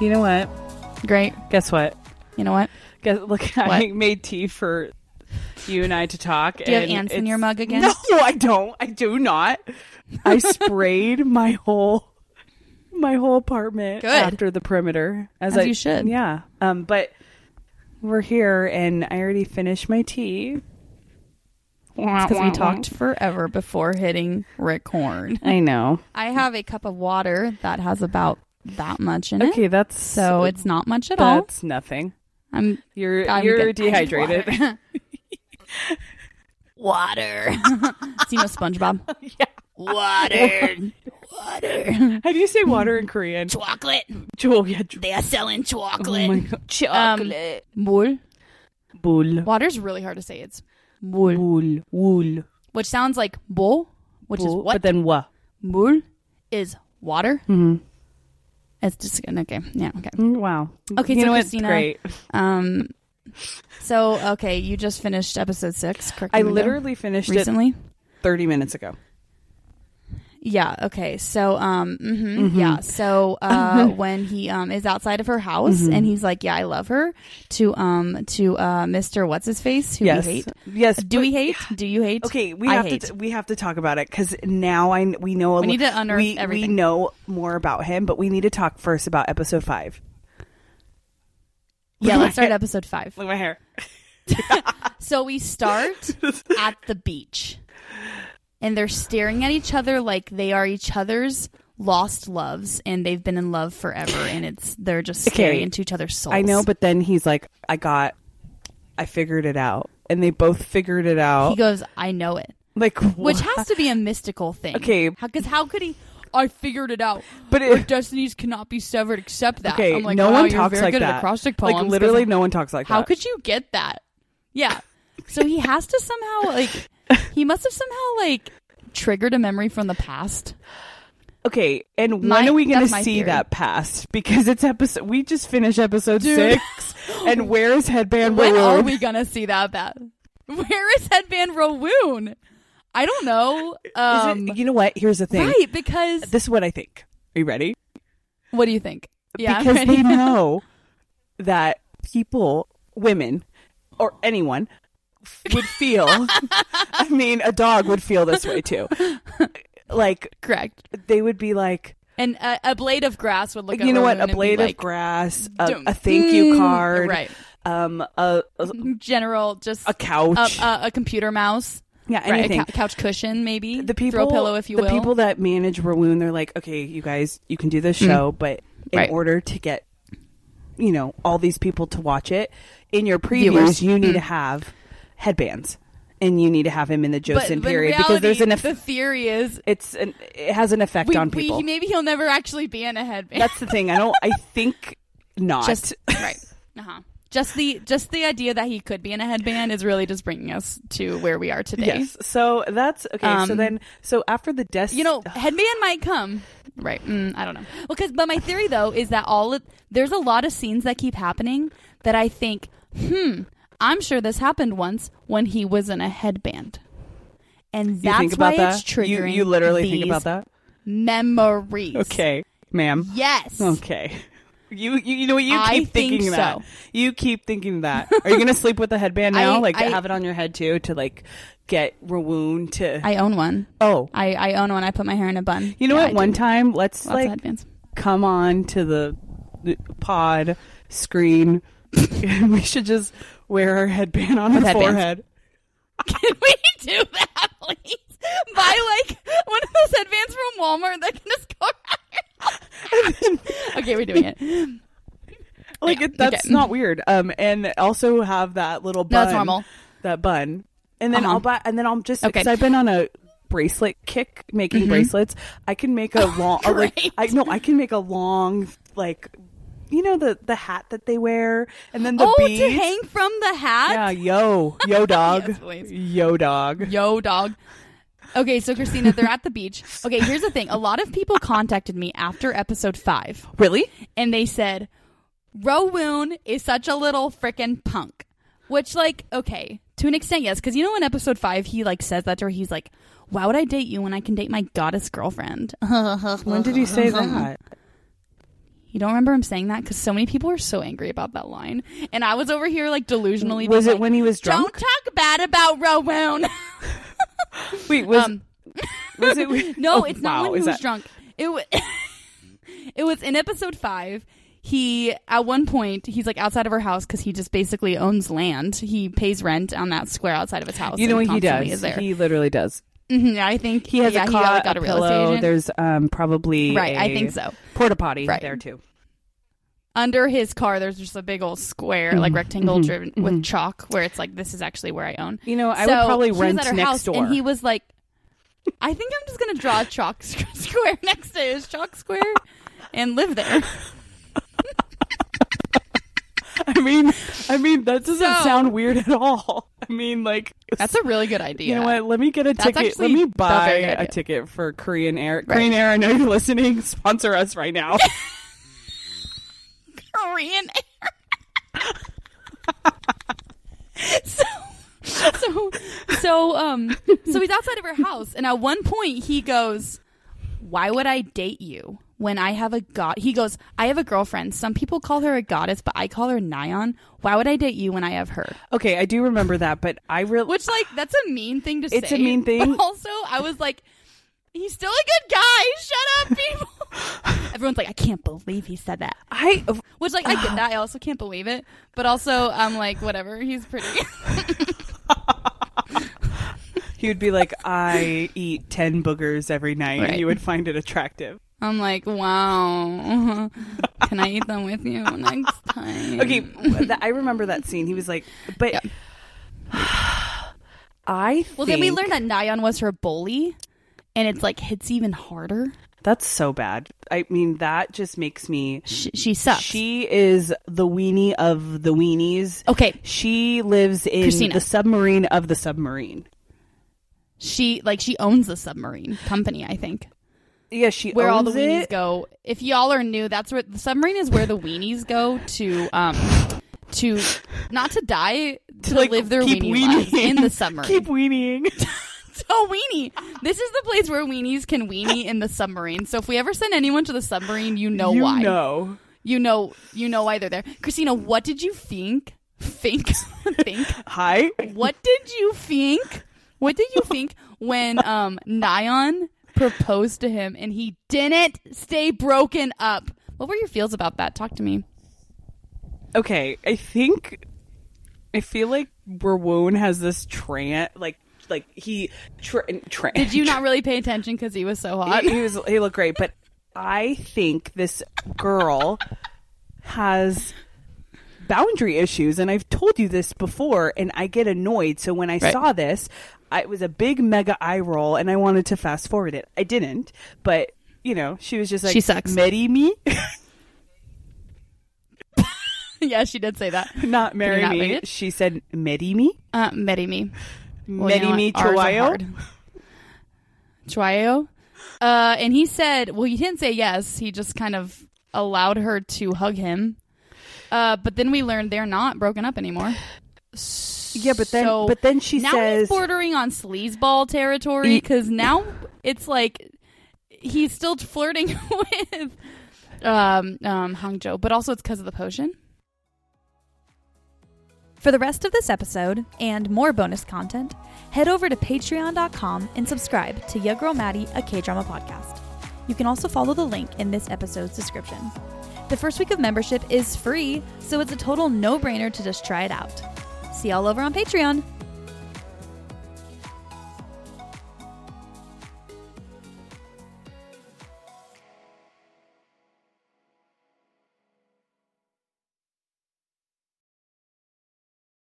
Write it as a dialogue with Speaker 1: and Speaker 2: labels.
Speaker 1: You know what?
Speaker 2: Great.
Speaker 1: Guess what?
Speaker 2: You know what?
Speaker 1: Guess, look, I
Speaker 2: What?
Speaker 1: made tea for you and I to talk.
Speaker 2: Do you have
Speaker 1: and
Speaker 2: ants in
Speaker 1: it's-
Speaker 2: your mug again?
Speaker 1: No, I don't. I do not. I sprayed my whole my whole apartment
Speaker 2: Good.
Speaker 1: after the perimeter as,
Speaker 2: As
Speaker 1: I
Speaker 2: you should.
Speaker 1: Yeah. Um, but we're here, and I already finished my tea
Speaker 2: Because we talked forever before hitting record.
Speaker 1: I know.
Speaker 2: I have a cup of water that has about that much in it.
Speaker 1: Okay, that's
Speaker 2: So it's not much at all.
Speaker 1: that's nothing.
Speaker 2: I'm
Speaker 1: You're
Speaker 2: I'm
Speaker 1: you're
Speaker 2: good. I need
Speaker 1: dehydrated.
Speaker 2: Water. Do you know SpongeBob? yeah. Water. water.
Speaker 1: How do you say water in Korean?
Speaker 2: Chocolate.
Speaker 1: Jewel, yeah, jewel.
Speaker 2: They are selling chocolate.
Speaker 1: Oh my god. Um,
Speaker 2: Chocolate. Mul.
Speaker 1: Bull.
Speaker 2: Water's really hard to say. It's mul,
Speaker 1: Wool. Wool.
Speaker 2: which sounds like bull, which is what?
Speaker 1: But then what?
Speaker 2: mul is water. Mm-hmm. It's just okay. Yeah. Okay.
Speaker 1: Wow.
Speaker 2: Okay,
Speaker 1: You
Speaker 2: so
Speaker 1: know what?
Speaker 2: Christina-
Speaker 1: Great.
Speaker 2: Um. So okay, you just finished episode six. Correct.
Speaker 1: I
Speaker 2: me, though,
Speaker 1: literally finished it
Speaker 2: recently.
Speaker 1: 30 minutes ago.
Speaker 2: Yeah. Okay. So, um, mhm,
Speaker 1: Mm-hmm.
Speaker 2: yeah. So, uh, when he um is outside of her house
Speaker 1: Mm-hmm.
Speaker 2: and he's like, "Yeah, I love her," to um to uh Mister What's His Face who
Speaker 1: yes.
Speaker 2: we hate.
Speaker 1: Yes.
Speaker 2: Do
Speaker 1: but-
Speaker 2: we hate? Do you hate?
Speaker 1: Okay, we
Speaker 2: I
Speaker 1: have
Speaker 2: hate.
Speaker 1: to we have to talk about it cuz now I we know a
Speaker 2: We
Speaker 1: li-
Speaker 2: need to unearth
Speaker 1: we,
Speaker 2: everything.
Speaker 1: we know more about him, but we need to talk first about episode 5.
Speaker 2: yeah. Let's start episode five.
Speaker 1: Look at my hair.
Speaker 2: So we start at the beach, and they're staring at each other like they are each other's lost loves, and they've been in love forever, and it's they're just staring
Speaker 1: Okay.
Speaker 2: into each other's souls.
Speaker 1: I know, but then he's like I got I figured it out. And they both figured it out.
Speaker 2: he goes, "I know it."
Speaker 1: like
Speaker 2: which
Speaker 1: what?
Speaker 2: has to be a mystical thing.
Speaker 1: Okay.
Speaker 2: because how, could he? I figured it out.
Speaker 1: But
Speaker 2: Our
Speaker 1: it-
Speaker 2: destinies cannot be severed except that.
Speaker 1: Okay,
Speaker 2: I'm like,
Speaker 1: no
Speaker 2: wow,
Speaker 1: one
Speaker 2: you're
Speaker 1: talks
Speaker 2: very
Speaker 1: like
Speaker 2: good
Speaker 1: that.
Speaker 2: At acrostic
Speaker 1: like
Speaker 2: poems. 'cause
Speaker 1: literally, no one talks like
Speaker 2: How
Speaker 1: that.
Speaker 2: could you get that? Yeah. So he has to somehow like he must have somehow like triggered a memory from the past.
Speaker 1: Okay, and
Speaker 2: My-
Speaker 1: when are we going
Speaker 2: that's my
Speaker 1: to see
Speaker 2: theory.
Speaker 1: that past? Because it's episode. We just finished episode
Speaker 2: Dude.
Speaker 1: six, and where is headband
Speaker 2: When are
Speaker 1: Balloon?
Speaker 2: we gonna see that? That where is headband Rowoon? I don't know.
Speaker 1: Is it-
Speaker 2: Um,
Speaker 1: you know what? Here's the thing.
Speaker 2: right? Because
Speaker 1: This is what I think. Are you ready?
Speaker 2: what do you think? Yeah, I'm
Speaker 1: because
Speaker 2: ready.
Speaker 1: they know that people, women, or anyone f- would feel. I mean, a dog would feel this way too. Like
Speaker 2: correct.
Speaker 1: they would be like,
Speaker 2: And a, a blade of grass would look.
Speaker 1: you
Speaker 2: at
Speaker 1: know
Speaker 2: Rowoon
Speaker 1: what?
Speaker 2: and
Speaker 1: A
Speaker 2: be
Speaker 1: blade
Speaker 2: like,
Speaker 1: of grass, a,
Speaker 2: "Dum-
Speaker 1: a thank you
Speaker 2: mm,"
Speaker 1: card,
Speaker 2: right?
Speaker 1: Um, a a,
Speaker 2: General, just
Speaker 1: a
Speaker 2: a,
Speaker 1: couch.
Speaker 2: a, a computer mouse,
Speaker 1: Yeah,
Speaker 2: right?
Speaker 1: anything.
Speaker 2: A cou- couch cushion, maybe
Speaker 1: the people,
Speaker 2: throw pillow, if you
Speaker 1: the
Speaker 2: will.
Speaker 1: people that manage Rawoon, they're like, okay, you guys, you can do this show, but in
Speaker 2: Mm. Right.
Speaker 1: order to get, you know, all these people to watch it in your previews,
Speaker 2: Viewers. Mm.
Speaker 1: you need to have headbands, and you need to have him in the
Speaker 2: but,
Speaker 1: Joseon
Speaker 2: but in
Speaker 1: period because there's
Speaker 2: reality,
Speaker 1: an eff-
Speaker 2: the theory is
Speaker 1: it's an it has an effect
Speaker 2: we,
Speaker 1: on
Speaker 2: we-
Speaker 1: people.
Speaker 2: maybe he'll never actually be in a headband.
Speaker 1: That's the thing. I don't. I think not.
Speaker 2: just right. Uh huh. Just the just the idea that he could be in a headband is really just bringing us to where we are today.
Speaker 1: yes. So that's okay. so
Speaker 2: Um,
Speaker 1: then, so after the desk,
Speaker 2: You know, headband might come. Right. Mm, I don't know. Because, but my theory though is that all of, there's a lot of scenes that keep happening that I think, hmm, I'm sure this happened once when he was in a headband, and
Speaker 1: you
Speaker 2: that's
Speaker 1: think about
Speaker 2: why
Speaker 1: that.
Speaker 2: it's triggering.
Speaker 1: you you literally think
Speaker 2: these
Speaker 1: about that.
Speaker 2: memories.
Speaker 1: Okay, ma'am.
Speaker 2: Yes.
Speaker 1: Okay. You, you you know what you keep
Speaker 2: I think
Speaker 1: thinking that
Speaker 2: so.
Speaker 1: you keep thinking that are you gonna sleep with a headband now
Speaker 2: I-
Speaker 1: like
Speaker 2: I-
Speaker 1: have it on your head too to like get Rawoon to
Speaker 2: I own one.
Speaker 1: oh
Speaker 2: I I own one. I put my hair in a bun.
Speaker 1: you know
Speaker 2: Yeah, I
Speaker 1: what one
Speaker 2: do.
Speaker 1: time let's
Speaker 2: Lots of
Speaker 1: like
Speaker 2: headbands.
Speaker 1: come on to the, the pod screen and we should just wear our headband on
Speaker 2: With
Speaker 1: our
Speaker 2: headbands.
Speaker 1: forehead
Speaker 2: Can we do that, please? Buy like one of those headbands from Walmart that can just go around. okay, we're doing it. No,
Speaker 1: like
Speaker 2: Yeah,
Speaker 1: it, that's
Speaker 2: okay.
Speaker 1: not weird um and also have that little bun
Speaker 2: that's normal.
Speaker 1: that bun and then
Speaker 2: Uh-huh.
Speaker 1: I'll buy and then I'm just
Speaker 2: Okay. Mm-hmm.
Speaker 1: because I've been on a bracelet kick making bracelets I can make a long a, like
Speaker 2: Oh, Great.
Speaker 1: I no I can make a long like you know the the hat that they wear and then the
Speaker 2: oh,
Speaker 1: beads
Speaker 2: to hang from the
Speaker 1: yeah
Speaker 2: hat.
Speaker 1: yo yo dog
Speaker 2: Yes, please.
Speaker 1: yo dog
Speaker 2: Yo, dog. Okay, so Christina, they're at the beach. Okay, here's the thing. A lot of people contacted me after episode five,
Speaker 1: really
Speaker 2: and they said, "Rowoon is such a little frickin' punk." Which, like, okay, to an extent, yes, because you know, in episode five, he like says that to her. He's like, "Why would I date you when I can date my goddess girlfriend?"
Speaker 1: when did you say that
Speaker 2: You don't remember him saying that because so many people were so angry about that line, and I was over here like delusionally.
Speaker 1: Was
Speaker 2: being
Speaker 1: it
Speaker 2: like,
Speaker 1: when he was drunk?
Speaker 2: Don't talk bad about Rowan.
Speaker 1: Wait, was
Speaker 2: Um,
Speaker 1: was it?
Speaker 2: No,
Speaker 1: oh,
Speaker 2: it's
Speaker 1: wow,
Speaker 2: not when he
Speaker 1: is
Speaker 2: was
Speaker 1: that-
Speaker 2: drunk. It w- it was in episode five. He at one point he's like outside of her house because he just basically owns land. He pays rent on that square outside of his house.
Speaker 1: You know what
Speaker 2: and
Speaker 1: he
Speaker 2: constantly
Speaker 1: does?
Speaker 2: Is there?
Speaker 1: He literally does.
Speaker 2: Mhm, I think
Speaker 1: He has
Speaker 2: yeah,
Speaker 1: a cot,
Speaker 2: got, got a,
Speaker 1: a
Speaker 2: real
Speaker 1: pillow.
Speaker 2: estate agent.
Speaker 1: There's um probably
Speaker 2: Right,
Speaker 1: I
Speaker 2: I think so.
Speaker 1: Porta potty
Speaker 2: Right.
Speaker 1: there too.
Speaker 2: Under his car, there's just a big old square,
Speaker 1: Mm-hmm,
Speaker 2: like rectangle driven with chalk, where it's like this is actually where I own.
Speaker 1: You know, I
Speaker 2: So
Speaker 1: would probably
Speaker 2: he was
Speaker 1: rent
Speaker 2: at her
Speaker 1: next
Speaker 2: house,
Speaker 1: door.
Speaker 2: And he was like, I think I'm just going to draw a chalk sc- square next to his chalk square and live there.
Speaker 1: I mean, I mean that doesn't
Speaker 2: So-
Speaker 1: sound weird at all. I mean, like
Speaker 2: That's a really good idea.
Speaker 1: you know what? Let me get a
Speaker 2: That's
Speaker 1: ticket. Let
Speaker 2: actually
Speaker 1: me
Speaker 2: a
Speaker 1: buy
Speaker 2: very good
Speaker 1: a
Speaker 2: idea.
Speaker 1: ticket for Korean Air. Korean Air, I know you're listening. Sponsor us right now.
Speaker 2: Korean air. so, so, so, um, so he's outside of her house, and at one point he goes, "Why would I date you when I have a god?" He goes, "I have a girlfriend. Some people call her a goddess, but I call her Nyan. Why would I date you when I have her?"
Speaker 1: okay, I do remember that, but I really
Speaker 2: Which, like, that's a mean thing to say.
Speaker 1: It's a mean thing.
Speaker 2: But also, I was like, he's still a good guy. Shut up, people. Everyone's like, I can't believe he said that.
Speaker 1: I
Speaker 2: Which, like, I get that. I also can't believe it. But also, I'm like, whatever. He's pretty.
Speaker 1: he would be like, I eat ten boogers every night, and
Speaker 2: Right.
Speaker 1: you would find it attractive.
Speaker 2: I'm like, wow. Can I eat them with you next time?
Speaker 1: Okay, that, I remember that scene. He was like, but
Speaker 2: Yeah.
Speaker 1: I think
Speaker 2: Well, then we learned that Nyan was her bully. And it's like, hits even harder.
Speaker 1: that's so bad. I mean, that just makes me.
Speaker 2: She, she sucks.
Speaker 1: She is the weenie of the weenies.
Speaker 2: okay.
Speaker 1: She lives in
Speaker 2: Oh. Christina.
Speaker 1: the submarine of the submarine.
Speaker 2: She, like, she owns the submarine company, I think.
Speaker 1: Yeah, she
Speaker 2: where all the
Speaker 1: owns
Speaker 2: weenies
Speaker 1: it.
Speaker 2: go. If y'all are new, that's where the submarine is where the weenies go to um to not to die to,
Speaker 1: like,
Speaker 2: live their
Speaker 1: keep
Speaker 2: weenie
Speaker 1: weenieing.
Speaker 2: lives in the submarine.
Speaker 1: Keep weenieing.
Speaker 2: so weenie. This is the place where weenies can weenie in the submarine. So if we ever send anyone to the submarine, you know
Speaker 1: you
Speaker 2: why.
Speaker 1: know.
Speaker 2: You know you know why they're there. Christina, what did you think? Think think.
Speaker 1: Hi.
Speaker 2: What did you think? What did you think when um Nyan proposed to him and he didn't stay broken up? What were your feels about that? Talk to me.
Speaker 1: Okay, I think I feel like Rawoon has this tran like like he tra- tra-
Speaker 2: Did you not really pay attention because he was so hot?
Speaker 1: he, he was he looked great, but I think this girl has boundary issues, and I've told you this before, and I get annoyed. So when I
Speaker 2: Right.
Speaker 1: saw this, I, it was a big mega eye roll, and I wanted to fast forward it. I didn't, but you know, she was just like,
Speaker 2: She sucks.
Speaker 1: Marry me,
Speaker 2: yeah, she did say that.
Speaker 1: not marry
Speaker 2: not read
Speaker 1: me."
Speaker 2: it?
Speaker 1: She said, "Marry me,
Speaker 2: Uh, Medi me. Well, you
Speaker 1: marry
Speaker 2: know
Speaker 1: me,
Speaker 2: what? Ours are
Speaker 1: Chihuahua."
Speaker 2: hard. Chihuahua? Uh, and he said, well, he didn't say yes. He just kind of allowed her to hug him. Uh, but then we learned they're not broken up anymore.
Speaker 1: Yeah, but then
Speaker 2: So
Speaker 1: but then she
Speaker 2: now
Speaker 1: says
Speaker 2: he's bordering on sleazeball territory because now it's like he's still flirting with um, um, Hangzhou, but also it's because of the potion.
Speaker 3: For the rest of this episode and more bonus content, head over to patreon.com and subscribe to Ya Girl Maddie, a K drama podcast. You can also follow the link in this episode's description. The first week of membership is free, so it's a total no brainer to just try it out. See y'all over on Patreon.